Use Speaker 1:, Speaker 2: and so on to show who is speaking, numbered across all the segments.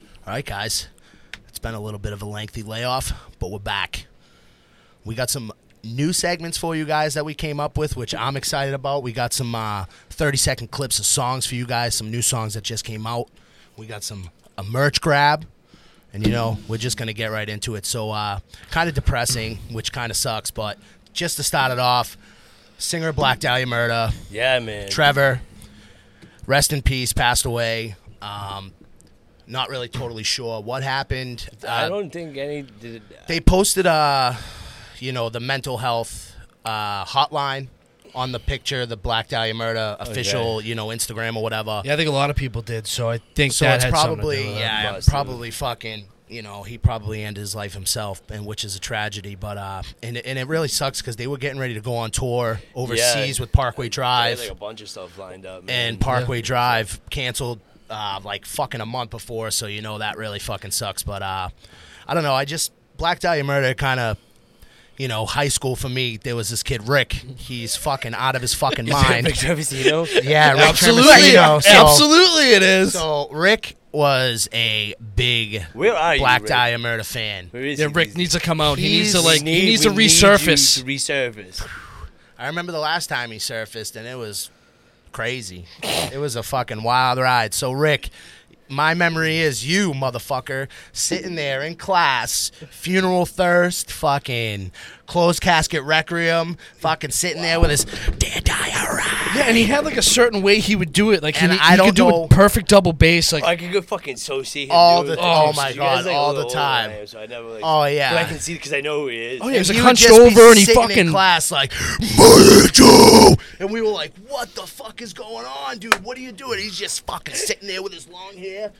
Speaker 1: All right, guys. It's been a little bit of a lengthy layoff, but we're back. We got some new segments for you guys that we came up with, which I'm excited about. We got some uh, 30 second clips of songs for you guys, some new songs that just came out. We got some a merch grab, and you know we're just gonna get right into it. So uh, kind of depressing, which kind of sucks, but just to start it off, singer Black Dahlia Murder,
Speaker 2: Yeah, man.
Speaker 1: Trevor, rest in peace, passed away. Um, not really totally sure what happened.
Speaker 2: I
Speaker 1: Uh,
Speaker 2: don't think any did.
Speaker 1: they posted uh you know the mental health uh hotline on the picture the black dahlia murder official you know instagram or whatever
Speaker 3: Oh, Yeah, I think a lot of people did. So I think
Speaker 1: so
Speaker 3: that
Speaker 1: it's
Speaker 3: had something to do
Speaker 1: probably
Speaker 3: with it.
Speaker 1: yeah
Speaker 2: Must have.
Speaker 1: probably fucking you know he probably ended his life himself and which is a tragedy but uh and, and it really sucks because they were getting ready to go on tour overseas with parkway
Speaker 2: I
Speaker 1: drive
Speaker 2: had like a bunch of stuff lined up. Man.
Speaker 1: and Parkway Drive canceled uh, like fucking a month before, so you know that really fucking sucks. But uh, I don't know. I just Black Dahlia Murder kind of, you know, high school for me. There was this kid Rick. He's fucking out of his fucking
Speaker 2: Rick
Speaker 1: mind.
Speaker 2: Trevisino.
Speaker 1: yeah, Rick
Speaker 3: Absolutely,
Speaker 1: Trevisino. So,
Speaker 3: absolutely, it is.
Speaker 1: So Rick was a big
Speaker 2: Where are you,
Speaker 1: Black
Speaker 2: Rick?
Speaker 1: Dahlia Murder fan.
Speaker 2: Where is
Speaker 3: yeah,
Speaker 2: he?
Speaker 3: Rick needs to come out. He
Speaker 1: He's-
Speaker 3: needs to
Speaker 2: We
Speaker 3: like.
Speaker 2: need-
Speaker 3: he needs to
Speaker 2: we need you
Speaker 3: resurface.
Speaker 2: to resurface.
Speaker 1: I remember the last time he surfaced, and it was crazy. it was a fucking wild ride. So, Rick, my memory is you, motherfucker, sitting there in class, funeral thirst, fucking closed casket requiem, fucking sitting there with his dear diary.
Speaker 3: yeah, and he had like a certain way he would do it. Like
Speaker 1: And
Speaker 3: he,
Speaker 1: I
Speaker 3: he
Speaker 1: don't
Speaker 3: could do
Speaker 1: know-
Speaker 3: a perfect double bass. Like
Speaker 2: I could go fucking associate him,
Speaker 1: All
Speaker 2: dude.
Speaker 1: the- oh my
Speaker 2: you guys,
Speaker 1: God,
Speaker 2: like, a
Speaker 1: all
Speaker 2: little
Speaker 1: the
Speaker 2: older than
Speaker 1: time.
Speaker 2: I am, so I never, like,
Speaker 1: Oh, yeah.
Speaker 2: But I can see because I know who he is.
Speaker 3: Oh, yeah. He was, like,
Speaker 1: would
Speaker 3: hunched
Speaker 1: just be
Speaker 3: over and he
Speaker 1: sitting in
Speaker 3: fucking-
Speaker 1: class like "Murder Joe!" and we were like, "What the fuck is going on, dude? What are you doing?" He's just fucking sitting there with his long hair.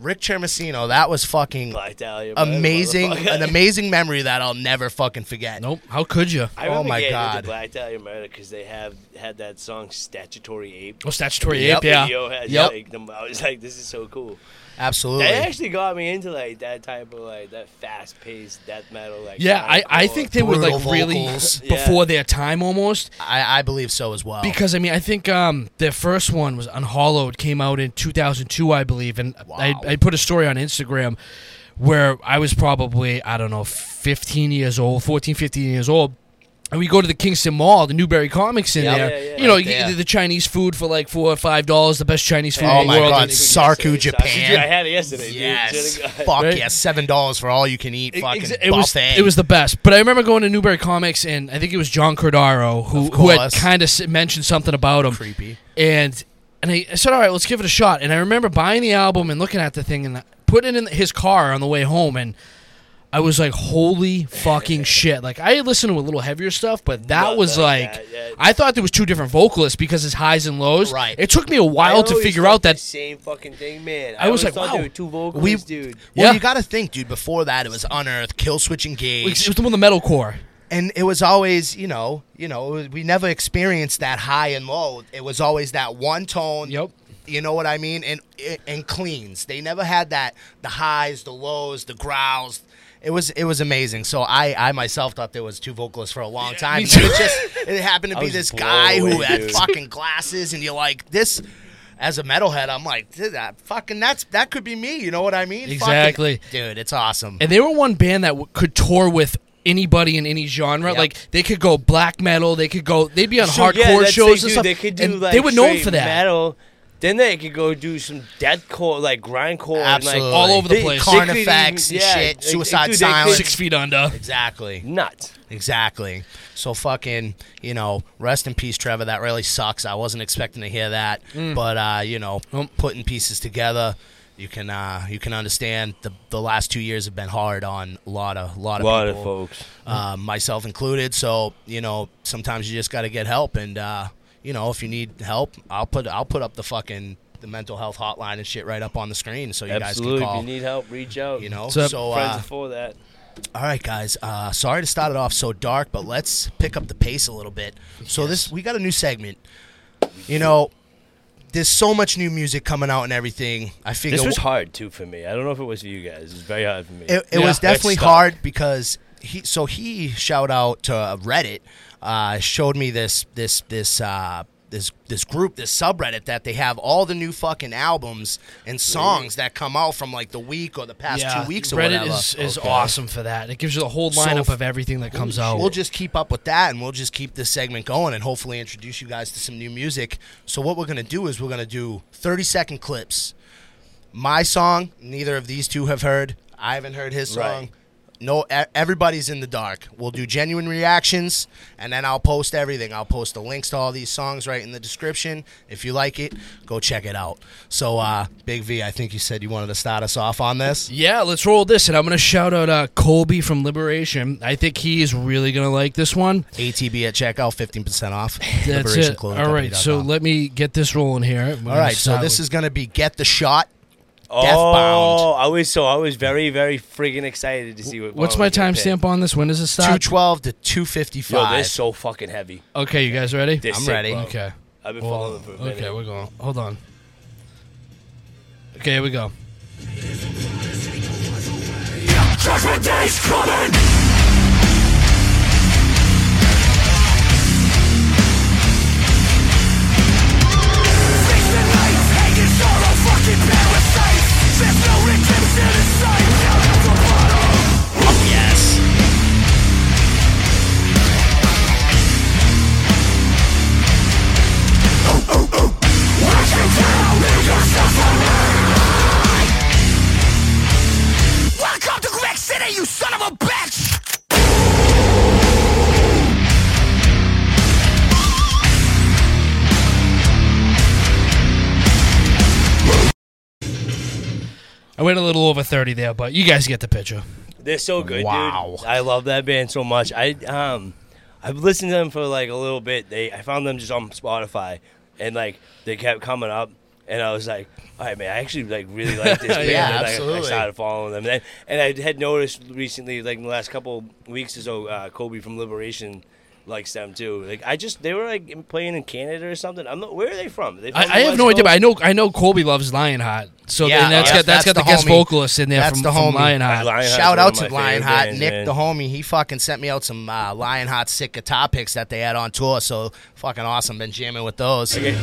Speaker 1: Rick Chermasino, that was fucking
Speaker 2: Black Dahlia, man,
Speaker 1: amazing,
Speaker 2: motherfucker.
Speaker 1: an amazing memory that I'll never fucking forget.
Speaker 3: nope. How could you?
Speaker 2: I
Speaker 1: oh
Speaker 2: remember
Speaker 1: my
Speaker 2: getting into
Speaker 1: God.
Speaker 2: Black Dahlia Murder because they have had that song "Statutory Ape."
Speaker 3: Oh, statutory
Speaker 1: Yep.
Speaker 3: ape. Yeah.
Speaker 2: Yo, had,
Speaker 1: Yep.
Speaker 2: like, them- I was like, this is so cool.
Speaker 1: Absolutely.
Speaker 2: That actually got me into like that type of like that fast paced death metal. Like
Speaker 3: Yeah, I, I
Speaker 2: hardcore.
Speaker 3: think they were like
Speaker 1: Brutal
Speaker 3: really
Speaker 1: vocals.
Speaker 2: Yeah.
Speaker 3: before their time almost.
Speaker 1: I, I believe so as well.
Speaker 3: Because I mean, I think um, their first one was Unhollowed, came out in 2002, I believe, and I,
Speaker 1: Wow.
Speaker 3: I put a story on Instagram where I was probably I don't know 15 years old, 14, 15 years old. And we go to the Kingston Mall, the Newberry Comics in
Speaker 1: Yeah,
Speaker 3: there.
Speaker 2: yeah, yeah.
Speaker 3: You know,
Speaker 1: Right
Speaker 3: you get
Speaker 1: there.
Speaker 3: the Chinese food for like four or five dollars, the best Chinese food
Speaker 1: Oh
Speaker 3: in the
Speaker 1: my
Speaker 3: world.
Speaker 1: God,
Speaker 3: And-
Speaker 1: Sarku,
Speaker 2: Dude,
Speaker 1: Japan.
Speaker 2: I had it yesterday.
Speaker 1: yes,
Speaker 2: Dude.
Speaker 1: fuck
Speaker 3: Right?
Speaker 1: yes, seven dollars for all you can eat.
Speaker 3: It-
Speaker 1: fucking
Speaker 3: exa- it was
Speaker 1: buffet.
Speaker 3: it was the best. But I remember going to Newberry Comics and I think it was John Cordaro who,
Speaker 1: Of
Speaker 3: who had
Speaker 1: course.
Speaker 3: kind of mentioned something about him.
Speaker 1: creepy.
Speaker 3: and and I, I said, all right, let's give it a shot. And I remember buying the album and looking at the thing and putting it in his car on the way home, and I was like, holy fucking shit! Like I had listened to a little heavier stuff, but that
Speaker 2: Not
Speaker 3: was
Speaker 2: like
Speaker 3: like,
Speaker 2: that, yeah.
Speaker 3: I thought there was two different vocalists because his highs and lows.
Speaker 1: Right.
Speaker 3: It took me a
Speaker 2: I
Speaker 3: while to
Speaker 2: always
Speaker 3: figure
Speaker 2: thought
Speaker 3: out
Speaker 2: the
Speaker 3: that.
Speaker 2: same fucking thing, man.
Speaker 3: I
Speaker 2: always
Speaker 3: was like,
Speaker 2: thought
Speaker 3: wow.
Speaker 2: there were two vocals,
Speaker 1: We-
Speaker 2: dude.
Speaker 1: Well,
Speaker 3: Yeah.
Speaker 1: you got to think, dude. Before that, it was Unearth, Kill Switch
Speaker 3: It was
Speaker 1: Engage,
Speaker 3: the one with the metalcore.
Speaker 1: and it was always, you know, you know, we never experienced that high and low. It was always that one tone.
Speaker 3: Yep.
Speaker 1: You know what I mean? And and cleans. They never had that the highs, the lows, the growls. It was it was amazing. So I I myself thought there was two vocalists for a long time.
Speaker 3: me
Speaker 1: It was just it happened to
Speaker 2: I
Speaker 1: be
Speaker 2: was
Speaker 1: this
Speaker 2: blown
Speaker 1: guy who
Speaker 2: away,
Speaker 1: had
Speaker 2: dude.
Speaker 1: fucking glasses, and you're like this. As a metalhead, I'm like, "Dude, that fucking that's that could be me. You know what I mean? Fucking-
Speaker 3: Exactly.
Speaker 1: dude. It's awesome.
Speaker 3: And they were one band that w- could tour with anybody in any genre.
Speaker 1: Yep.
Speaker 3: Like they could go black metal, they could go, they'd be on
Speaker 2: So,
Speaker 3: hardcore
Speaker 2: yeah, that's
Speaker 3: shows
Speaker 2: the
Speaker 3: and
Speaker 2: dude,
Speaker 3: stuff.
Speaker 2: They could do
Speaker 3: and
Speaker 2: like
Speaker 3: they were known for
Speaker 2: straight
Speaker 3: that.
Speaker 2: metal. Then they could go do some deathcore, like grindcore,
Speaker 1: Absolutely.
Speaker 2: and
Speaker 3: all over the
Speaker 2: They-
Speaker 3: place.
Speaker 2: they couldn't
Speaker 1: Carnifex
Speaker 2: even-
Speaker 1: and
Speaker 2: yeah,
Speaker 1: shit,
Speaker 2: like,
Speaker 1: Suicide
Speaker 2: dude, they couldn't-
Speaker 1: Silence.
Speaker 3: Six feet under.
Speaker 1: exactly.
Speaker 2: nuts.
Speaker 1: Exactly. So fucking, you know, rest in peace, Trevor. That really sucks. I wasn't expecting to hear that,
Speaker 2: Mm.
Speaker 1: but uh, you know, putting pieces together, you can uh, you can understand the the last two years have been hard on a lot of lot of people,
Speaker 2: folks.
Speaker 1: uh, myself included. So you know, sometimes you just got to get help, and uh, you know, if you need help, I'll put I'll put up the fucking the mental health hotline and shit right up on the screen, so you guys
Speaker 2: Absolutely. If you
Speaker 1: can call.
Speaker 2: need help, reach out.
Speaker 1: You know,
Speaker 3: What's up?
Speaker 1: so
Speaker 2: friends
Speaker 1: uh,
Speaker 2: before that.
Speaker 1: all right, guys. Uh, sorry to start it off so dark, but let's pick up the pace a little bit. So this we got a new segment. You know, there's so much new music coming out and everything. I figure
Speaker 2: This was hard too for me. I don't know if it was for you guys. It was very hard for me.
Speaker 1: it, it
Speaker 3: Yeah.
Speaker 1: was definitely
Speaker 2: That's tough.
Speaker 1: hard because he. So he shout out to Reddit. Uh, showed me this this this uh, this this group, this subreddit that they have all the new fucking albums and songs that come out from like the week or the past
Speaker 3: yeah,
Speaker 1: two weeks or
Speaker 3: Reddit
Speaker 1: whatever.
Speaker 3: is, is
Speaker 1: Okay.
Speaker 3: awesome for that. It gives you the whole
Speaker 1: So
Speaker 3: lineup
Speaker 1: f-
Speaker 3: of everything that comes out.
Speaker 1: We'll just keep up with that, and we'll just keep this segment going, and hopefully introduce you guys to some new music. So what we're gonna do is we're gonna do thirty second clips. My song, neither of these two have heard. I haven't heard his song.
Speaker 2: Right.
Speaker 1: No, e- everybody's in the dark. We'll do genuine reactions, and then I'll post everything. I'll post the links to all these songs right in the description. If you like it, go check it out. So, uh, Big V, I think you said you wanted to start us off on this.
Speaker 3: Yeah, let's roll this, and I'm gonna shout out uh, Colby from Liberation. I think he is really gonna like this one.
Speaker 1: ATB at checkout, fifteen percent off.
Speaker 3: That's
Speaker 1: Liberation
Speaker 3: it.
Speaker 1: Clothing
Speaker 3: All right,
Speaker 1: Company.com.
Speaker 3: so let me get this rolling here.
Speaker 1: All right, so this is going to be Get the Shot.
Speaker 2: Oh, I was so I was very very friggin' excited to see what.
Speaker 1: Oh,
Speaker 3: What's
Speaker 2: one
Speaker 3: my
Speaker 2: was gonna
Speaker 3: timestamp
Speaker 2: pick.
Speaker 3: on this? When does it stop?
Speaker 1: 212 to
Speaker 2: Yo,
Speaker 1: 255.
Speaker 2: they're so fucking heavy.
Speaker 3: Okay, you guys ready?
Speaker 2: They're
Speaker 1: I'm
Speaker 2: sick,
Speaker 1: ready.
Speaker 2: bro.
Speaker 3: Okay.
Speaker 2: I've been
Speaker 3: Well,
Speaker 2: following them for a minute.
Speaker 3: okay, we're going. Hold on. Okay, here we go.
Speaker 1: yes.
Speaker 4: Welcome to Quebec City, you son of a bitch!
Speaker 3: I went a little over 30 there, but you guys get the picture.
Speaker 2: They're so good,
Speaker 1: Wow.
Speaker 2: dude. I love that band so much. I um, I've listened to them for like a little bit. They I found them just on Spotify, and like they kept coming up, and I was like, all right, man, I actually like really like this band.
Speaker 1: Yeah,
Speaker 2: and, like, I
Speaker 1: absolutely.
Speaker 2: started following them, and, and I had noticed recently, like in the last couple weeks or so, uh, Kobe from Liberation. Likes them too. Like I just, they were like in- playing in Canada or something. I'm not. Where are they from? Are They from
Speaker 3: I,
Speaker 2: the
Speaker 3: I have
Speaker 2: West
Speaker 3: no
Speaker 2: Coast?
Speaker 3: idea, but I know I know Colby loves Lionheart. So
Speaker 1: Yeah,
Speaker 3: then that's
Speaker 1: oh,
Speaker 3: got
Speaker 1: that's-
Speaker 3: that's got the,
Speaker 1: that's the
Speaker 3: guest
Speaker 1: homie.
Speaker 3: vocalist in there
Speaker 1: That's
Speaker 3: from,
Speaker 1: the
Speaker 3: from
Speaker 1: homie.
Speaker 3: Lionheart.
Speaker 2: Lionheart's
Speaker 1: Shout
Speaker 2: one
Speaker 1: out
Speaker 2: of
Speaker 1: to
Speaker 2: my
Speaker 1: Lionheart.
Speaker 2: favorites,
Speaker 1: Nick,
Speaker 2: man.
Speaker 1: the homie, he fucking sent me out some uh, Lionheart sick guitar picks that they had on tour. So fucking awesome. Been jamming with those.
Speaker 2: Okay.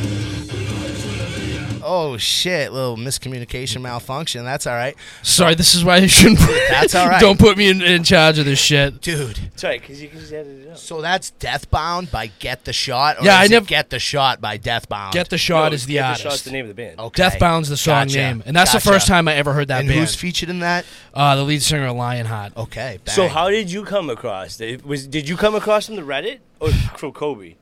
Speaker 1: Oh, shit. Little miscommunication malfunction. That's all right.
Speaker 3: Sorry, this is why you shouldn't. Put,
Speaker 1: That's all right.
Speaker 3: Don't put me in, in charge of this shit.
Speaker 1: Dude.
Speaker 2: That's right, because you can just edit it out.
Speaker 1: So that's Deathbound by Get the Shot? Or
Speaker 3: Yeah, I
Speaker 1: is it
Speaker 3: nev-
Speaker 1: Get the Shot by Deathbound?
Speaker 3: Get the shot
Speaker 2: No,
Speaker 3: is the
Speaker 2: Get
Speaker 3: artist.
Speaker 2: Shot's the name of the band.
Speaker 1: Okay.
Speaker 3: Deathbound's the song
Speaker 1: Gotcha.
Speaker 3: name, and that's
Speaker 1: Gotcha.
Speaker 3: the first time I ever heard that
Speaker 1: And
Speaker 3: band.
Speaker 1: who's featured in that?
Speaker 3: uh, the lead singer of Lionheart.
Speaker 1: Okay.
Speaker 2: So
Speaker 1: bang.
Speaker 2: how did you come across? Did- Was did you come across from the Reddit or from Kobe?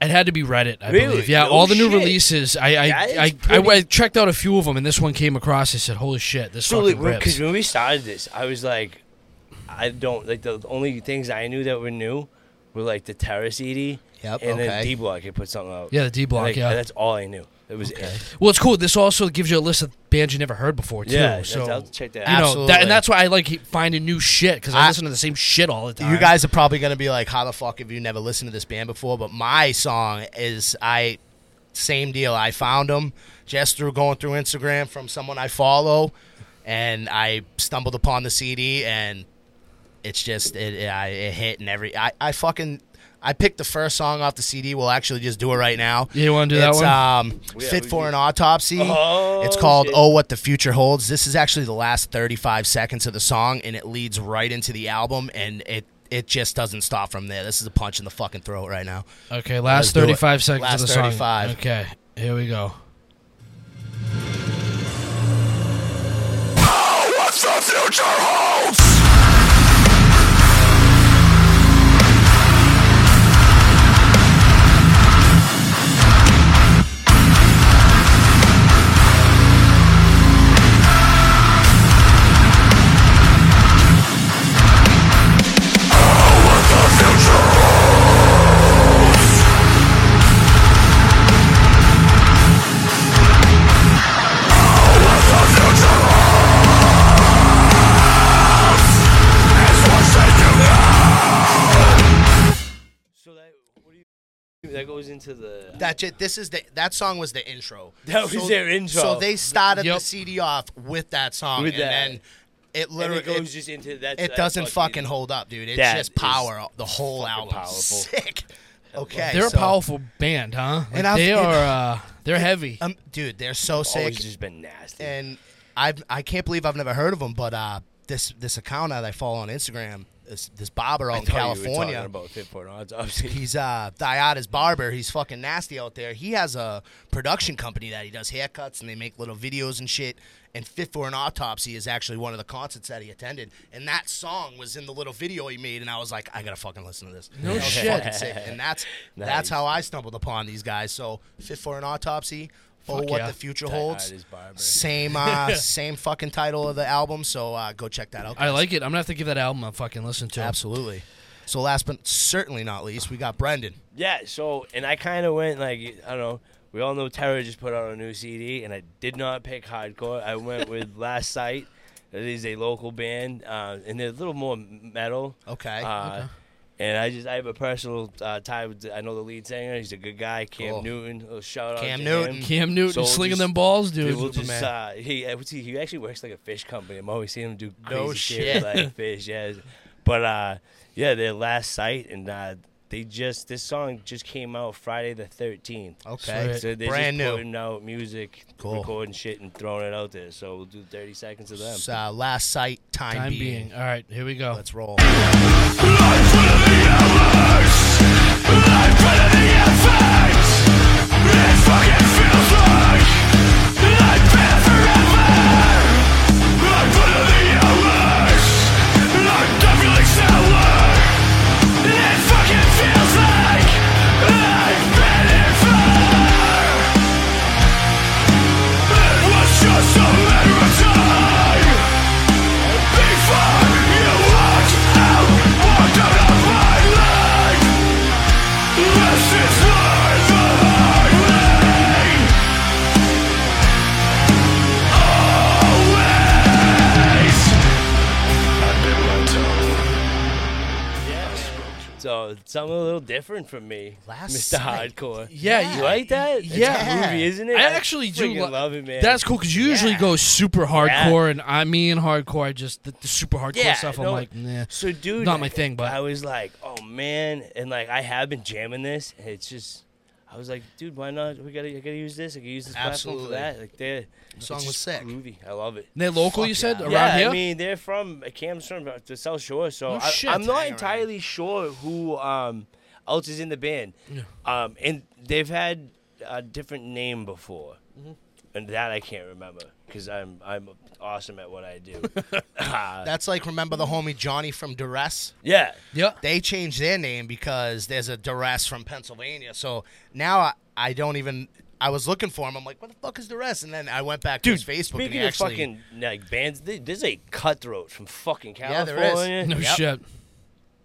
Speaker 3: It had to be Reddit, I
Speaker 2: Really?
Speaker 3: believe. Yeah,
Speaker 2: No
Speaker 3: all the new
Speaker 2: shit.
Speaker 3: releases. I I,
Speaker 2: That is
Speaker 3: I, I,
Speaker 2: pretty-
Speaker 3: I checked out a few of them, and this one came across. I said, "Holy shit, this
Speaker 2: So
Speaker 3: fucking
Speaker 2: because
Speaker 3: rips."
Speaker 2: when we started this, I was like, I don't like the only things I knew that were new were like the Terrace
Speaker 1: Yep,
Speaker 2: ED, and
Speaker 1: okay.
Speaker 2: then D Block had put something out.
Speaker 3: Yeah, the D Block,
Speaker 2: Like,
Speaker 3: yeah.
Speaker 2: that's all I knew. It was it.
Speaker 3: Well, it's cool. This also gives you a list of bands you never heard before, too.
Speaker 2: yeah. that's-
Speaker 3: so
Speaker 2: I'll check that.
Speaker 3: you
Speaker 2: out.
Speaker 3: know, that,
Speaker 1: Absolutely.
Speaker 3: and that's why I like keep finding new shit because I,
Speaker 1: I-
Speaker 3: listen to the same shit all the time.
Speaker 1: You guys are probably going to be like, how the fuck have you never listened to this band before? But my song is, I, same deal. I found them just through going through Instagram from someone I follow, and I stumbled upon the CD, and it's just, it, it, I, it hit, and every, I, I fucking, I picked the first song off the CD. We'll actually just do it right now.
Speaker 3: You wanna do that
Speaker 1: it's,
Speaker 3: one?
Speaker 1: Um,
Speaker 2: Yeah,
Speaker 1: Fit
Speaker 2: we
Speaker 1: for
Speaker 2: can-
Speaker 1: an Autopsy.
Speaker 2: Oh,
Speaker 1: it's called
Speaker 2: shit.
Speaker 1: Oh Oh What the Future Holds. This is actually the last 35 seconds of the song, and it leads right into the album, and it it just doesn't stop from there. This is a punch in the fucking throat right now.
Speaker 3: Okay,
Speaker 1: Let's
Speaker 3: last
Speaker 1: do it.
Speaker 3: 35 seconds
Speaker 1: Last
Speaker 3: of the song.
Speaker 1: 35.
Speaker 3: Okay, here we go.
Speaker 4: What's the future holds?
Speaker 2: So that what do you? That goes into the.
Speaker 1: That ju- this is the that song was the intro.
Speaker 2: That was their intro.
Speaker 1: So they started
Speaker 3: Yep.
Speaker 1: the CD off with that song,
Speaker 2: With
Speaker 1: and
Speaker 2: that.
Speaker 1: then it
Speaker 2: and
Speaker 1: literally
Speaker 2: it goes
Speaker 1: it-
Speaker 2: just into that.
Speaker 1: it
Speaker 2: that
Speaker 1: doesn't fucking
Speaker 2: ED.
Speaker 1: hold up, dude. It's
Speaker 2: That
Speaker 1: just
Speaker 2: is
Speaker 1: power the whole
Speaker 2: fucking
Speaker 1: album.
Speaker 2: powerful.
Speaker 1: Sick. Okay,
Speaker 3: They're
Speaker 1: so-
Speaker 3: a powerful band, huh? Like,
Speaker 1: And I've-
Speaker 3: they
Speaker 1: and-
Speaker 3: are. Uh, they're heavy.
Speaker 1: Um, dude, they're so sick.
Speaker 2: Always just been nasty.
Speaker 1: and I've I can't believe I've never heard of them. But uh, this this account that I follow on Instagram, this this barber
Speaker 2: I
Speaker 1: out in
Speaker 2: thought you were
Speaker 1: California,
Speaker 2: talking about Fit Port Odds, obviously.
Speaker 1: he's uh Diada's barber. He's fucking nasty out there. He has a production company that he does haircuts and they make little videos and shit. And Fit for an Autopsy is actually one of the concerts that he attended. And that song was in the little video he made. And I was like, I gotta fucking listen to this.
Speaker 3: No
Speaker 1: That was
Speaker 3: shit.
Speaker 1: fucking sick. And that's that's
Speaker 2: Nice.
Speaker 1: how I stumbled upon these guys. So Fit for an Autopsy. Oh,
Speaker 3: Fuck
Speaker 1: what
Speaker 3: yeah.
Speaker 1: the future holds.
Speaker 2: Diada's Barber.
Speaker 1: Same, uh, same fucking title of the album. So uh, go check that out.
Speaker 3: I
Speaker 1: guys.
Speaker 3: like it. I'm gonna have to give that album a fucking listen to.
Speaker 1: Absolutely. So last but certainly not least, we got Brendan.
Speaker 2: Yeah, so and I kind of went like I don't know. We all know Terror just put out a new CD, and I did not pick hardcore. I went with Last Sight. It is a local band, uh, and they're a little more metal.
Speaker 1: Okay.
Speaker 2: Uh, And I just I have a personal uh, tie with the, I know the lead singer. He's a good guy, Cam
Speaker 1: Cool.
Speaker 2: Newton. A shout out
Speaker 1: Cam
Speaker 2: to
Speaker 1: Newton.
Speaker 2: him.
Speaker 3: Cam Newton
Speaker 2: So we'll
Speaker 3: slinging
Speaker 2: just-
Speaker 3: them balls, dude.
Speaker 2: Dude, we'll just,
Speaker 1: Superman.
Speaker 2: uh, he, uh, what's he he actually works like a fish company. I'm always seeing him do crazy
Speaker 1: No
Speaker 2: shit, with,
Speaker 1: shit.
Speaker 2: like fish. Yeah, but uh, yeah, their last sight and uh, they just this song just came out Friday the 13th.
Speaker 1: Okay.
Speaker 3: Sweet.
Speaker 2: So they're
Speaker 1: Brand
Speaker 2: just
Speaker 1: new.
Speaker 2: putting out music,
Speaker 1: Cool.
Speaker 2: recording shit, and throwing it out there. So we'll do 30 seconds of them.
Speaker 1: It's, uh, last sight, time,
Speaker 3: Time
Speaker 1: being.
Speaker 3: being. All right, here we go.
Speaker 1: Let's roll.
Speaker 4: Life for the hours. Life for the effects. It fucking feels like life is forever. Life for the hours. Life definitely sour. It fucking feels like life been fire. It was just a matter of time. Before you walked out, walked out of my life. This is why the highway always. I bit my tongue.
Speaker 2: So it's something a little different from me,
Speaker 1: Last
Speaker 2: Mr.
Speaker 1: Sight.
Speaker 2: Hardcore.
Speaker 3: Yeah,
Speaker 2: you
Speaker 3: you-
Speaker 2: like that? it's
Speaker 3: yeah.
Speaker 2: a groovy, isn't it?
Speaker 3: I actually do
Speaker 2: freaking
Speaker 3: lo-
Speaker 2: love it, man.
Speaker 3: That's cool because you usually
Speaker 1: Yeah.
Speaker 3: go super hardcore, and I mean hardcore. I just the, the super hardcore
Speaker 2: yeah,
Speaker 3: stuff. I'm
Speaker 2: no,
Speaker 3: like, nah.
Speaker 2: so dude,
Speaker 3: Not my thing, but-
Speaker 2: I was like, oh man, and like I have been jamming this. And it's just, I was like, dude, why not? We gotta, I gotta use this. I can use this
Speaker 1: Absolutely.
Speaker 2: platform for that. Like, they're it's
Speaker 1: song was
Speaker 2: just
Speaker 1: sick.
Speaker 2: Groovy, I love it.
Speaker 3: They're local,
Speaker 1: Fuck
Speaker 3: you said
Speaker 1: yeah.
Speaker 3: around
Speaker 2: yeah,
Speaker 3: here.
Speaker 2: I mean, they're from uh, Cam's from the South Shore, so
Speaker 3: No
Speaker 2: I,
Speaker 3: shit.
Speaker 2: I'm not
Speaker 1: Hang around.
Speaker 2: entirely sure who um, else is in the band. Um, and they've had a different name before,
Speaker 3: Mm-hmm.
Speaker 2: and that I can't remember because I'm I'm awesome at what I do. Uh,
Speaker 1: That's like remember the homie Johnny from Duress.
Speaker 2: yeah,
Speaker 3: yeah.
Speaker 1: They changed their name because there's a Duress from Pennsylvania. So now I, I don't even. I was looking for him. I'm like, what the fuck is Duress? And then I went back to his Facebook and
Speaker 2: Speaking
Speaker 1: he
Speaker 2: of
Speaker 1: actually.
Speaker 2: fucking like bands, th- there's a cutthroat from fucking
Speaker 1: Yeah, there
Speaker 2: California.
Speaker 1: is.
Speaker 3: No
Speaker 1: Yep.
Speaker 3: shit.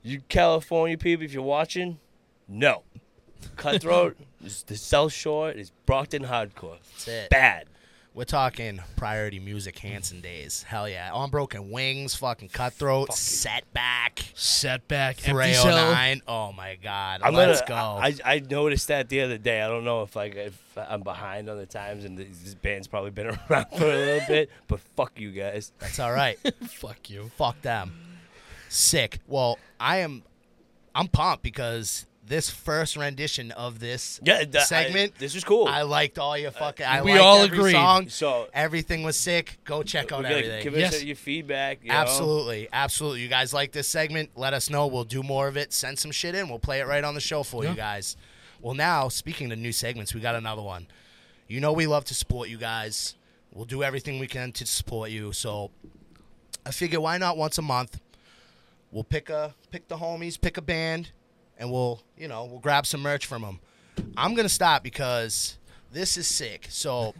Speaker 2: You California people, if you're watching, no. Cutthroat is the South Shore. It's Brockton hardcore. That's
Speaker 1: it.
Speaker 2: Bad.
Speaker 1: we're talking priority music, Hanson days. Hell yeah. On Broken Wings, fucking Cutthroat, Setback,
Speaker 3: Setback. Empty cell.
Speaker 1: 309. Oh my God.
Speaker 2: I'm
Speaker 1: Let's
Speaker 2: gonna-
Speaker 1: go.
Speaker 2: I, I noticed that the other day. I don't know if like if I'm behind on the times, and this this band's probably been around for a little bit. But fuck you guys.
Speaker 1: That's all right.
Speaker 3: Fuck you.
Speaker 1: Fuck them. Sick. Well, I am I'm pumped because this first rendition of this
Speaker 2: Yeah, th- I-
Speaker 1: segment
Speaker 2: this was cool.
Speaker 1: I liked all your fucking I
Speaker 3: we
Speaker 1: liked
Speaker 3: all
Speaker 1: every
Speaker 3: agreed.
Speaker 1: song.
Speaker 2: So-
Speaker 1: everything was sick. Go check out
Speaker 2: We gotta
Speaker 1: everything.
Speaker 2: Give us
Speaker 3: Yes.
Speaker 2: your feedback. you know?
Speaker 1: absolutely. Absolutely. You guys like this segment? Let us know. We'll do more of it. Send some shit in. We'll play it right on the show for
Speaker 3: Yeah.
Speaker 1: you guys. Well, now, speaking of new segments, we got another one. You know we love to support you guys. We'll do everything we can to support you. So I figure why not once a month? We'll pick a pick the homies, pick a band, and we'll you know we'll grab some merch from them. I'm gonna stop because this is sick. So,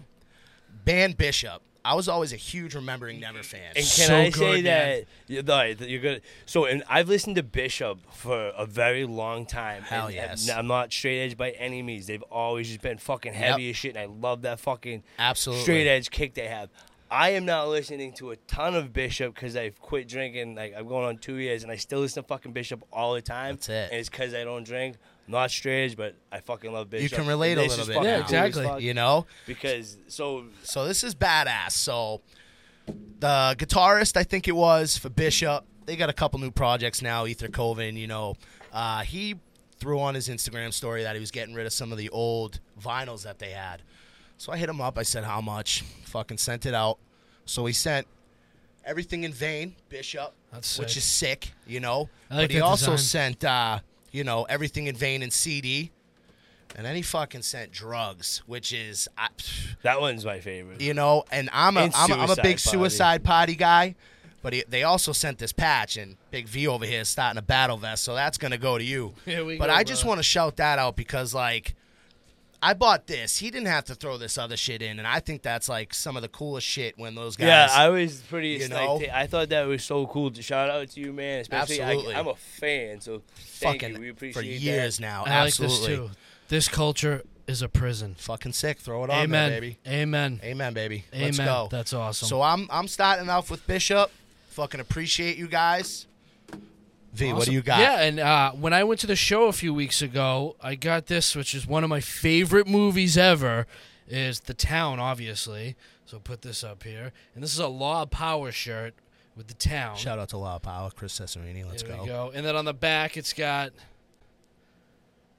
Speaker 1: band Bishop. I was always a huge Remembering Never fan.
Speaker 2: And can
Speaker 3: So
Speaker 2: I
Speaker 3: good,
Speaker 2: say
Speaker 3: man.
Speaker 2: that you're, like, that you're good? So, and I've listened to Bishop for a very long time.
Speaker 1: Hell
Speaker 2: and
Speaker 1: yes.
Speaker 2: I'm not straight edge by any means. They've always just been fucking heavy
Speaker 1: Yep.
Speaker 2: as shit, and I love that fucking
Speaker 1: Absolutely.
Speaker 2: straight edge kick they have. I am now listening to a ton of Bishop because I've quit drinking. Like I'm going on two years, and I still listen to fucking Bishop all the time.
Speaker 1: That's it.
Speaker 2: And it's because I don't drink. I'm not straight edge, but I fucking love Bishop.
Speaker 1: can relate
Speaker 2: And
Speaker 1: a
Speaker 2: this
Speaker 1: little
Speaker 2: is
Speaker 1: bit
Speaker 2: fucking
Speaker 1: now.
Speaker 2: cool as
Speaker 3: Exactly.
Speaker 2: fuck
Speaker 1: you know,
Speaker 2: because so
Speaker 1: So this is badass. So the guitarist, I think it was for Bishop, they got a couple new projects now. Ether Coven, you know, uh, he threw on his Instagram story that he was getting rid of some of the old vinyls that they had. So I hit him up. I said, How much? Fucking sent it out. So he sent everything in vain, Bishop,
Speaker 3: That's
Speaker 1: which
Speaker 3: sick.
Speaker 1: is sick, you know.
Speaker 3: I like
Speaker 1: but he
Speaker 3: that
Speaker 1: also
Speaker 3: design.
Speaker 1: sent, uh, you know, everything in vain in CD. And then he fucking sent drugs, which is, I,
Speaker 2: That one's my favorite.
Speaker 1: you know, and I'm a,
Speaker 2: And
Speaker 1: I'm, a, I'm a big
Speaker 2: Suicide Party.
Speaker 1: suicide potty guy. But he, they also sent this patch, and Big V over here is starting a battle vest, so that's gonna go to you.
Speaker 3: Here we
Speaker 1: but
Speaker 3: go,
Speaker 1: I just
Speaker 3: bro.
Speaker 1: want to shout that out because, like, I bought this. He didn't have to throw this other shit in, and I think that's like some of the coolest shit when those guys.
Speaker 2: Yeah, I was pretty.
Speaker 1: you
Speaker 2: You
Speaker 1: know?
Speaker 2: I thought that was so cool. To shout out to you, man. Especially,
Speaker 1: Absolutely.
Speaker 2: I, am a fan, so thank
Speaker 1: fucking
Speaker 2: you. We appreciate
Speaker 1: for years
Speaker 2: That.
Speaker 1: now.
Speaker 3: I like this
Speaker 1: Absolutely.
Speaker 3: too. This culture is a prison.
Speaker 1: Fucking sick. Throw it on
Speaker 3: Amen.
Speaker 1: there, baby.
Speaker 3: Amen.
Speaker 1: Amen, baby. Let's
Speaker 3: Amen.
Speaker 1: go.
Speaker 3: That's awesome.
Speaker 1: So I'm I'm starting off with Bishop. Fucking appreciate you guys. V, what do
Speaker 3: Awesome.
Speaker 1: you got?
Speaker 3: Yeah, and uh, when I went to the show a few weeks ago, I got this, which is one of my favorite movies ever. Is The Town, obviously. So put this up here, and this is a Law of Power shirt with The Town.
Speaker 1: Shout out to Law Power, Chris Cesarini. Let's
Speaker 3: there
Speaker 1: go.
Speaker 3: we go. And then on the back, it's got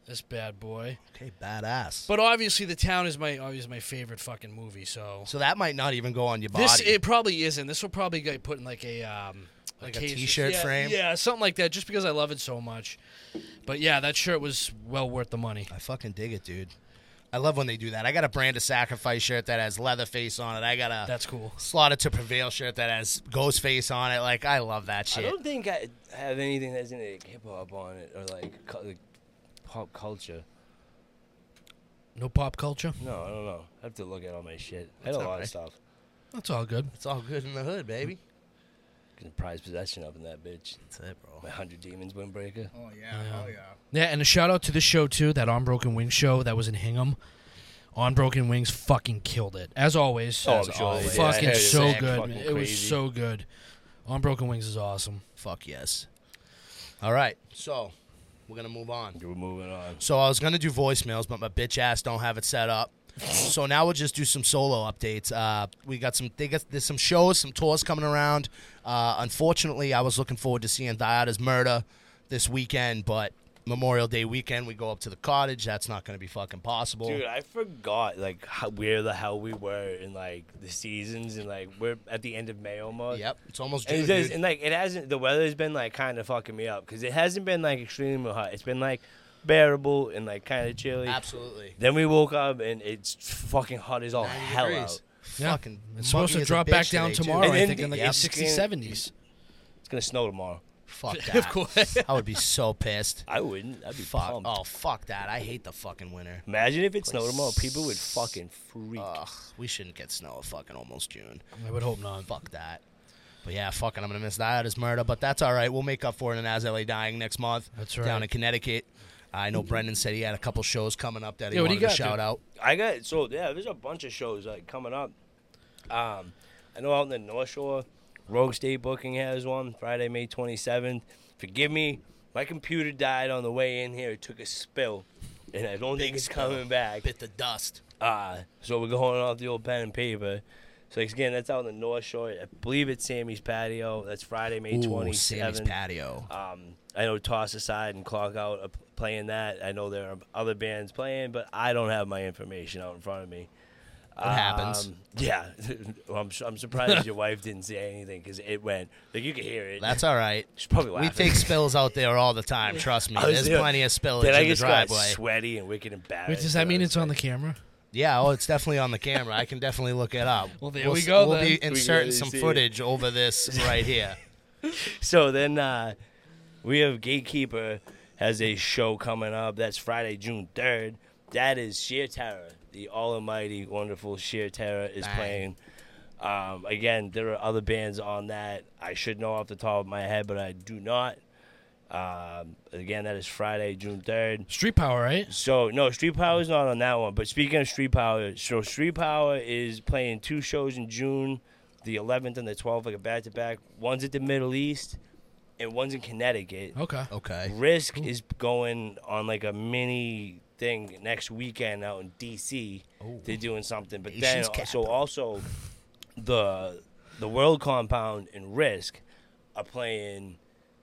Speaker 3: this bad boy.
Speaker 1: Okay, badass.
Speaker 3: But obviously, The Town is my obviously my favorite fucking movie. So
Speaker 1: so that might not even go on your body.
Speaker 3: This it probably isn't. This will probably get put in like a um,
Speaker 1: Like a
Speaker 3: case or-
Speaker 1: t-shirt
Speaker 3: yeah,
Speaker 1: frame?
Speaker 3: yeah, something like that. Just because I love it so much. But yeah, that shirt was well worth the money.
Speaker 1: I fucking dig it, dude. I love when they do that. I got a brand of sacrifice shirt that has Leatherface on it. I got a
Speaker 3: That's cool.
Speaker 1: Slaughter to Prevail shirt that has Ghostface on it. Like I love that
Speaker 2: I
Speaker 1: shit.
Speaker 2: don't think I have anything that's in like hip hop on it or like, cu- like pop culture.
Speaker 3: No pop culture.
Speaker 2: No, I don't know. I have to look at all my shit. I had a
Speaker 1: all
Speaker 2: lot
Speaker 1: right.
Speaker 2: of stuff.
Speaker 3: That's all good.
Speaker 1: It's all good in the hood, baby.
Speaker 2: Prize possession up in that bitch.
Speaker 1: That's it, bro.
Speaker 2: My hundred demons windbreaker.
Speaker 5: Oh yeah, hell yeah.
Speaker 3: Yeah, and a shout out to this show too. That On Broken Wings show that was in Hingham. On Broken Wings fucking killed it as always.
Speaker 2: Oh,
Speaker 1: As
Speaker 2: I'm sure.
Speaker 1: always.
Speaker 2: they did. I
Speaker 3: fucking
Speaker 2: heard it was
Speaker 3: so
Speaker 2: like
Speaker 3: good.
Speaker 2: fucking
Speaker 3: man. It was
Speaker 2: crazy.
Speaker 3: so good. On Broken Wings is awesome.
Speaker 1: Fuck yes. All right, so we're gonna move on.
Speaker 2: We're moving on.
Speaker 1: So I was gonna do voicemails, but my bitch ass don't have it set up. So now we'll just do some solo updates. Uh, we got some they got, there's some shows, some tours coming around. Uh, unfortunately, I was looking forward to seeing Diada's Murder this weekend, but Memorial Day weekend we go up to the cottage. That's not gonna be fucking possible.
Speaker 2: Dude, I forgot like how, where the hell we were in like the seasons and like we're at the end of May almost.
Speaker 1: yep, it's almost
Speaker 2: And,
Speaker 1: June.
Speaker 2: it does,
Speaker 1: dude.
Speaker 2: and like it hasn't. The weather's been like kind of fucking me up because it hasn't been like extremely hot. It's been like bearable and like kind of chilly.
Speaker 1: Absolutely.
Speaker 2: Then we woke up and it's fucking hot as all hell out.
Speaker 3: Yeah.
Speaker 1: Fucking.
Speaker 3: It's
Speaker 1: muggy
Speaker 3: supposed to
Speaker 1: as a
Speaker 3: drop back
Speaker 1: bitch
Speaker 3: down
Speaker 1: today, too.
Speaker 3: tomorrow.
Speaker 2: And
Speaker 3: I
Speaker 2: then
Speaker 3: think
Speaker 2: the-
Speaker 3: in like
Speaker 2: yeah,
Speaker 3: 60,
Speaker 2: skin-
Speaker 3: 70s.
Speaker 2: It's gonna snow tomorrow.
Speaker 1: Fuck that.
Speaker 3: Of course.
Speaker 1: I would be so pissed.
Speaker 2: I wouldn't. I'd be
Speaker 1: Fuck.
Speaker 2: pumped.
Speaker 1: Oh, fuck that. I hate the fucking winter.
Speaker 2: Imagine if it snowed tomorrow. People would fucking freak.
Speaker 1: Ugh, we shouldn't get snow of fucking almost June.
Speaker 3: I would hope not.
Speaker 1: Fuck that. But yeah, fucking, I'm gonna miss that as murder. But that's all right. We'll make up for it in As LA Dying next month.
Speaker 3: That's
Speaker 1: Down
Speaker 3: right.
Speaker 1: in Connecticut. I know Brendan said he had a couple shows coming up that he
Speaker 3: Yeah, what do
Speaker 1: wanted
Speaker 3: you
Speaker 1: to
Speaker 3: got,
Speaker 1: shout
Speaker 3: dude?
Speaker 1: out.
Speaker 2: I got so yeah. There's a bunch of shows like coming up. Um, I know out in the North Shore, Rogue State Booking has one Friday, May 27th. Forgive me, my computer died on the way in here. It took a spill, and I don't think it's coming back.
Speaker 1: Bit the dust.
Speaker 2: Uh, so we're going off the old pen and paper. So again, that's out in the North Shore. I believe it's Sammy's Patio. That's Friday, May
Speaker 1: Ooh, Sammy's
Speaker 2: 27th.
Speaker 1: patio.
Speaker 2: Um, I know Toss Aside and Clock Out are p- playing that. I know there are other bands playing, but I don't have my information out in front of me. What
Speaker 1: happens.
Speaker 2: Yeah, Well, I'm, su- I'm surprised your wife didn't say anything because it went like you could hear it.
Speaker 1: That's all right.
Speaker 2: She's probably
Speaker 1: We
Speaker 2: laughing.
Speaker 1: take spills out there all the time. Trust me.
Speaker 2: I was
Speaker 1: There's
Speaker 2: there.
Speaker 1: plenty of spillage
Speaker 2: Then I
Speaker 1: in the
Speaker 2: just got
Speaker 1: driveway.
Speaker 2: sweaty and wicked embarrassed.
Speaker 3: Wait, does that mean it's on the
Speaker 2: like,
Speaker 3: camera?
Speaker 1: Yeah, oh, it's definitely on the camera. I can definitely look it up.
Speaker 3: Well, there
Speaker 1: We'll
Speaker 3: we
Speaker 1: s-
Speaker 3: go,
Speaker 1: We'll
Speaker 3: then.
Speaker 1: be inserting
Speaker 2: really
Speaker 1: some
Speaker 2: see it.
Speaker 1: footage over this right here.
Speaker 2: So then uh, we have Gatekeeper has a show coming up. That's Friday, June third. That is Sheer Terror. The almighty, wonderful Sheer Terror is
Speaker 1: Bang.
Speaker 2: playing. Um, again, there are other bands on that. I should know off the top of my head, but I do not. Um, again, that is Friday, June third.
Speaker 3: Street Power, right?
Speaker 2: So no, Street Power is not on that one. But speaking of Street Power, so Street Power is playing two shows in June, the 11th and the 12th, like a back to back. One's at the Middle East, and one's in Connecticut.
Speaker 3: Okay.
Speaker 1: Okay.
Speaker 2: Risk is going on like a mini thing next weekend out in DC. They're doing something, but
Speaker 1: Nation's
Speaker 2: then
Speaker 1: capital.
Speaker 2: so also the the World Compound and Risk are playing.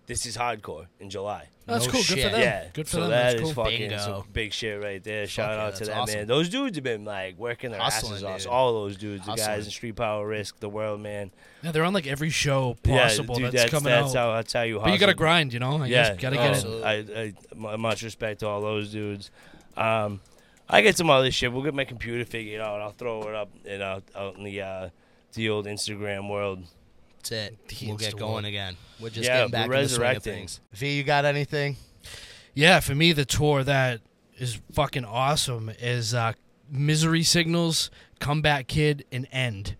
Speaker 2: This is hardcore in July.
Speaker 3: That's
Speaker 1: No
Speaker 3: cool. Good for
Speaker 1: shit.
Speaker 3: them.
Speaker 2: Yeah,
Speaker 3: Good for
Speaker 2: so
Speaker 3: them.
Speaker 2: that
Speaker 3: That's
Speaker 2: is
Speaker 3: cool.
Speaker 2: fucking
Speaker 1: Bingo.
Speaker 2: some big shit right there. Shout
Speaker 1: yeah,
Speaker 2: out to
Speaker 1: that's
Speaker 2: that
Speaker 1: awesome.
Speaker 2: man. Those dudes have been like working their
Speaker 1: Hustling,
Speaker 2: asses off.
Speaker 1: dude.
Speaker 2: All those dudes, the
Speaker 1: Hustling.
Speaker 2: guys in Street Power, Risk, the World, man.
Speaker 3: Yeah, they're on like every show
Speaker 2: yeah,
Speaker 3: possible
Speaker 2: dude,
Speaker 3: that's,
Speaker 2: that's,
Speaker 3: coming
Speaker 2: that's
Speaker 3: out.
Speaker 2: how I tell you.
Speaker 3: but you
Speaker 2: hustle.
Speaker 3: gotta grind, you know. Like, yeah,
Speaker 2: Yeah,
Speaker 3: you gotta
Speaker 2: no,
Speaker 3: get it.
Speaker 1: absolutely.
Speaker 2: I, I mu- much respect to all those dudes. Um, I get some other shit. We'll get my computer figured out. I'll throw it up and out, out in the uh, the old Instagram world.
Speaker 1: That's it.
Speaker 3: The
Speaker 1: We'll get
Speaker 3: Insta
Speaker 1: going
Speaker 3: world.
Speaker 1: again. We're just
Speaker 2: Yeah,
Speaker 1: getting back
Speaker 2: we're
Speaker 1: into the swing of
Speaker 2: resurrecting.
Speaker 1: things. V, you got anything?
Speaker 3: Yeah, for me, the tour that is fucking awesome is uh, Misery Signals, Comeback Kid, and End.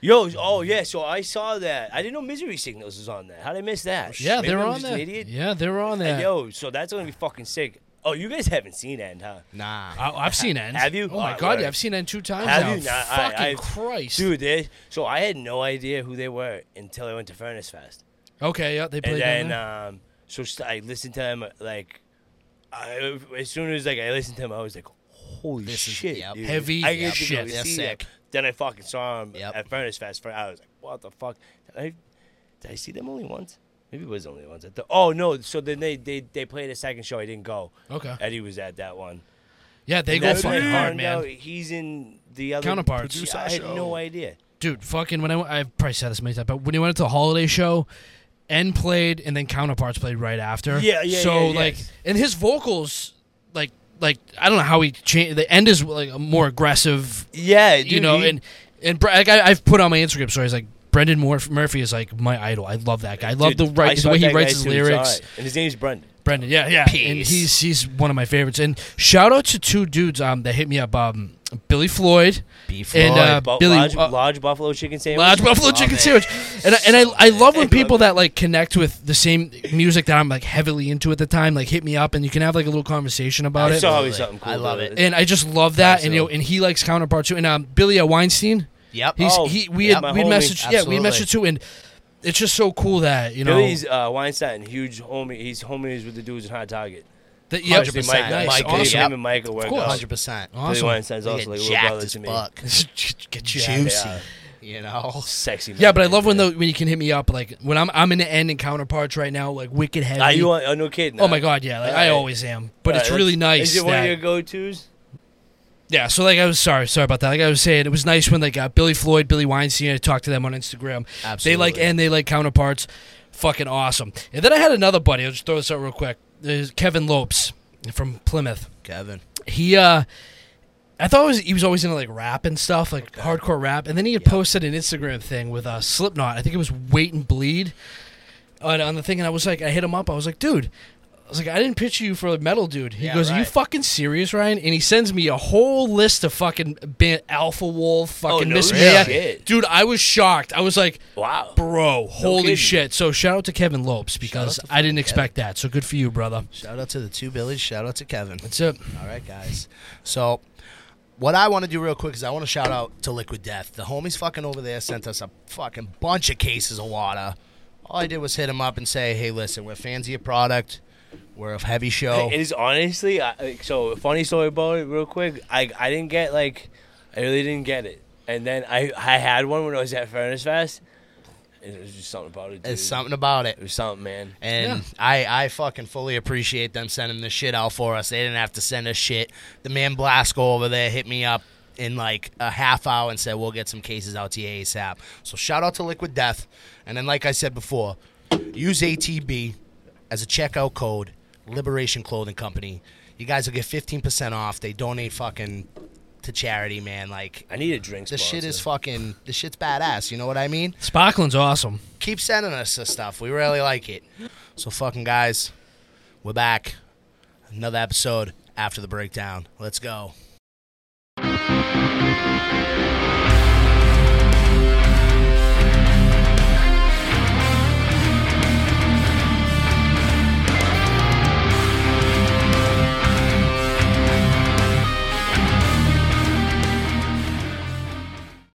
Speaker 2: Yo, oh yeah. So I saw that. I didn't know Misery Signals was on that. How would I miss that?
Speaker 3: Yeah,
Speaker 2: Maybe
Speaker 3: they're
Speaker 2: I'm
Speaker 3: on
Speaker 2: just
Speaker 3: there.
Speaker 2: An idiot.
Speaker 3: Yeah, they're on
Speaker 2: And
Speaker 3: there.
Speaker 2: yo, so that's gonna be fucking sick. Oh, you guys haven't seen End, huh?
Speaker 1: Nah.
Speaker 3: I, I've seen End.
Speaker 2: Have you?
Speaker 3: Oh my
Speaker 2: Oh,
Speaker 3: god,
Speaker 2: word.
Speaker 3: yeah, I've seen End two times
Speaker 2: Have
Speaker 3: now.
Speaker 2: you not? I-
Speaker 3: Fucking
Speaker 2: I've-
Speaker 3: Christ,
Speaker 2: Dude, they, so I had no idea who they were until I went to Furnace Fest.
Speaker 3: Okay, yeah, they played
Speaker 2: and then
Speaker 3: down there.
Speaker 2: um, so st- I listened to him like I, as soon as like I listened to him, I was like, "Holy
Speaker 1: This is-
Speaker 2: shit,
Speaker 1: yep.
Speaker 2: dude.
Speaker 3: Heavy
Speaker 2: I didn't think I
Speaker 3: shit.
Speaker 2: would
Speaker 1: They're
Speaker 2: see that.
Speaker 1: sick.
Speaker 2: Then I fucking saw him
Speaker 1: Yep.
Speaker 2: at Furnace Fest. For I was like, "What the fuck? Did I, did I see them only once? Maybe it was only once." I thought, oh no! So then they they they played a second show. I didn't go.
Speaker 3: Okay.
Speaker 2: Eddie was at that one.
Speaker 3: yeah, they
Speaker 2: And
Speaker 3: go
Speaker 2: that's when I
Speaker 3: fucking hard,
Speaker 2: found
Speaker 3: man.
Speaker 2: out He's in the other
Speaker 3: Counterparts.
Speaker 2: Producer. I had no idea.
Speaker 3: dude, fucking when I went, I've probably said this many times, but when he went to the holiday show, N played and then Counterparts played right after.
Speaker 2: Yeah, yeah,
Speaker 3: So
Speaker 2: yeah, yeah.
Speaker 3: like, and his vocals, like, like I don't know how he changed. The end is like a more aggressive,
Speaker 2: Yeah, dude,
Speaker 3: you know,
Speaker 2: he-
Speaker 3: and and Bre- like, I, I've put on my Instagram stories like Brendan Mor- Murphy is like my idol. I love that guy. I love
Speaker 2: dude,
Speaker 3: the
Speaker 2: I
Speaker 3: right the
Speaker 2: saw
Speaker 3: way he
Speaker 2: that guy
Speaker 3: writes his
Speaker 2: too. He's all
Speaker 3: lyrics. Uh,
Speaker 2: right. And his name's Brendan.
Speaker 3: Brendan, yeah, yeah, and
Speaker 1: Peace.
Speaker 3: he's he's one of my favorites. And shout out to two dudes um that hit me up, um Billy Floyd,
Speaker 1: B
Speaker 3: and uh,
Speaker 2: Bu-
Speaker 3: Billy
Speaker 2: Lodge,
Speaker 3: uh,
Speaker 2: Lodge Buffalo Chicken Sandwich.
Speaker 3: Lodge Buffalo
Speaker 1: Love
Speaker 3: Chicken
Speaker 1: it.
Speaker 3: Sandwich. And I, and I, I love when
Speaker 2: Hey,
Speaker 3: people
Speaker 2: love
Speaker 3: that like connect with the same music that I'm like heavily into at the time, like hit me up and you can have like a little conversation about
Speaker 2: I
Speaker 3: it.
Speaker 2: saw how he's
Speaker 1: Absolutely.
Speaker 2: something cool.
Speaker 1: I love
Speaker 2: though.
Speaker 1: it.
Speaker 3: and I just love that. And you know,
Speaker 1: Absolutely.
Speaker 3: and he likes counterpart too. And um, Billy uh, Weinstein,
Speaker 1: Yep.
Speaker 3: he's
Speaker 2: Oh,
Speaker 3: he we
Speaker 2: yeah,
Speaker 3: had,
Speaker 2: my
Speaker 3: we
Speaker 2: homie.
Speaker 3: messaged yeah we
Speaker 1: Absolutely.
Speaker 3: messaged too, and it's just so cool that you know
Speaker 2: Billy's uh, Weinstein, huge homie. He's homies with the dudes in Hot Target.
Speaker 3: that yeah
Speaker 1: 100%.
Speaker 2: Mike,
Speaker 3: nice
Speaker 2: Mike,
Speaker 1: awesome.
Speaker 2: Him and Mike work
Speaker 3: course.
Speaker 2: out.
Speaker 1: hundred percent.
Speaker 2: Billy
Speaker 3: awesome.
Speaker 2: Weinstein's also like a little
Speaker 1: Jacked
Speaker 2: brother
Speaker 1: as
Speaker 2: to me.
Speaker 1: fuck.
Speaker 3: Get you out.
Speaker 1: Juicy.
Speaker 2: Yeah.
Speaker 1: You know.
Speaker 2: Sexy. Man,
Speaker 3: Yeah, but I love when
Speaker 2: Yeah.
Speaker 3: though when you can hit me up like when I'm I'm in the end and counterparts right now like wicked heavy.
Speaker 2: Are you on? Oh, no kidding.
Speaker 3: oh my god, yeah, like, I
Speaker 2: Alright.
Speaker 3: always am. But it's really nice.
Speaker 2: Is it one
Speaker 3: that-
Speaker 2: of your go-tos?
Speaker 3: Yeah, so like I was sorry, sorry about that. Like I was saying, it was nice when like uh, Billy Floyd, Billy Weinstein. I talked to them on Instagram. They like
Speaker 1: Absolutely.
Speaker 3: and they like counterparts. Fucking awesome. And then I had another buddy. I'll just throw this out real quick. There's Kevin Lopes from Plymouth.
Speaker 1: Kevin.
Speaker 3: He uh, I thought it was, he was always into like rap and stuff, like hardcore rap. And then he had posted an Instagram thing with uh, Slipknot. I think it was Wait and Bleed on, on the thing. And I was like, I hit him up. I was like, dude. I was like, I didn't picture you for a metal dude. He
Speaker 1: Yeah,
Speaker 3: goes, Are you
Speaker 1: right.
Speaker 3: fucking serious, Ryan? And he sends me a whole list of fucking band, Alpha Wolf, fucking
Speaker 2: no
Speaker 3: Miss
Speaker 2: really?
Speaker 3: Mia.
Speaker 2: Shit.
Speaker 3: Dude, I was shocked. I was like,
Speaker 2: Wow.
Speaker 3: Bro, holy
Speaker 2: kidding.
Speaker 3: shit. So shout out to Kevin Lopes because
Speaker 1: out to
Speaker 3: I didn't
Speaker 1: fucking
Speaker 3: expect that. So good for you, brother.
Speaker 1: Shout out to the two Billies. Shout out to Kevin.
Speaker 3: That's it.
Speaker 1: All right, guys. So, what I want to do real quick is I want to shout out to Liquid Death. The homies fucking over there sent us a fucking bunch of cases of water. All I did was hit them up and say, hey, listen, we're fans of your product. We're a heavy show.
Speaker 2: It is honestly I, like, so funny story about it real quick. I I didn't get like I really didn't get it, and then I I had one when I was at Furnace Fest, and it was just something about it. Dude.
Speaker 1: There's something about
Speaker 2: It
Speaker 1: it.
Speaker 2: was something, man.
Speaker 1: And I, I fucking fully appreciate them sending the shit out for us. They didn't have to send us shit. The man Blasco over there hit me up in like a half hour and said, we'll get some cases out to you ASAP. So shout out to Liquid Death. And then, like I said before, use ATB as a checkout code, Liberation Clothing Company. You guys will get 15% off. They donate fucking to charity, man. Like,
Speaker 2: I need a drink.
Speaker 1: this shit is
Speaker 2: sponsor.
Speaker 1: fucking, this shit's badass. You know what I mean?
Speaker 3: Sparkling's awesome.
Speaker 1: keep sending us this stuff. We really like it. So fucking guys, we're back. Another episode after the breakdown. Let's go.
Speaker 4: Let's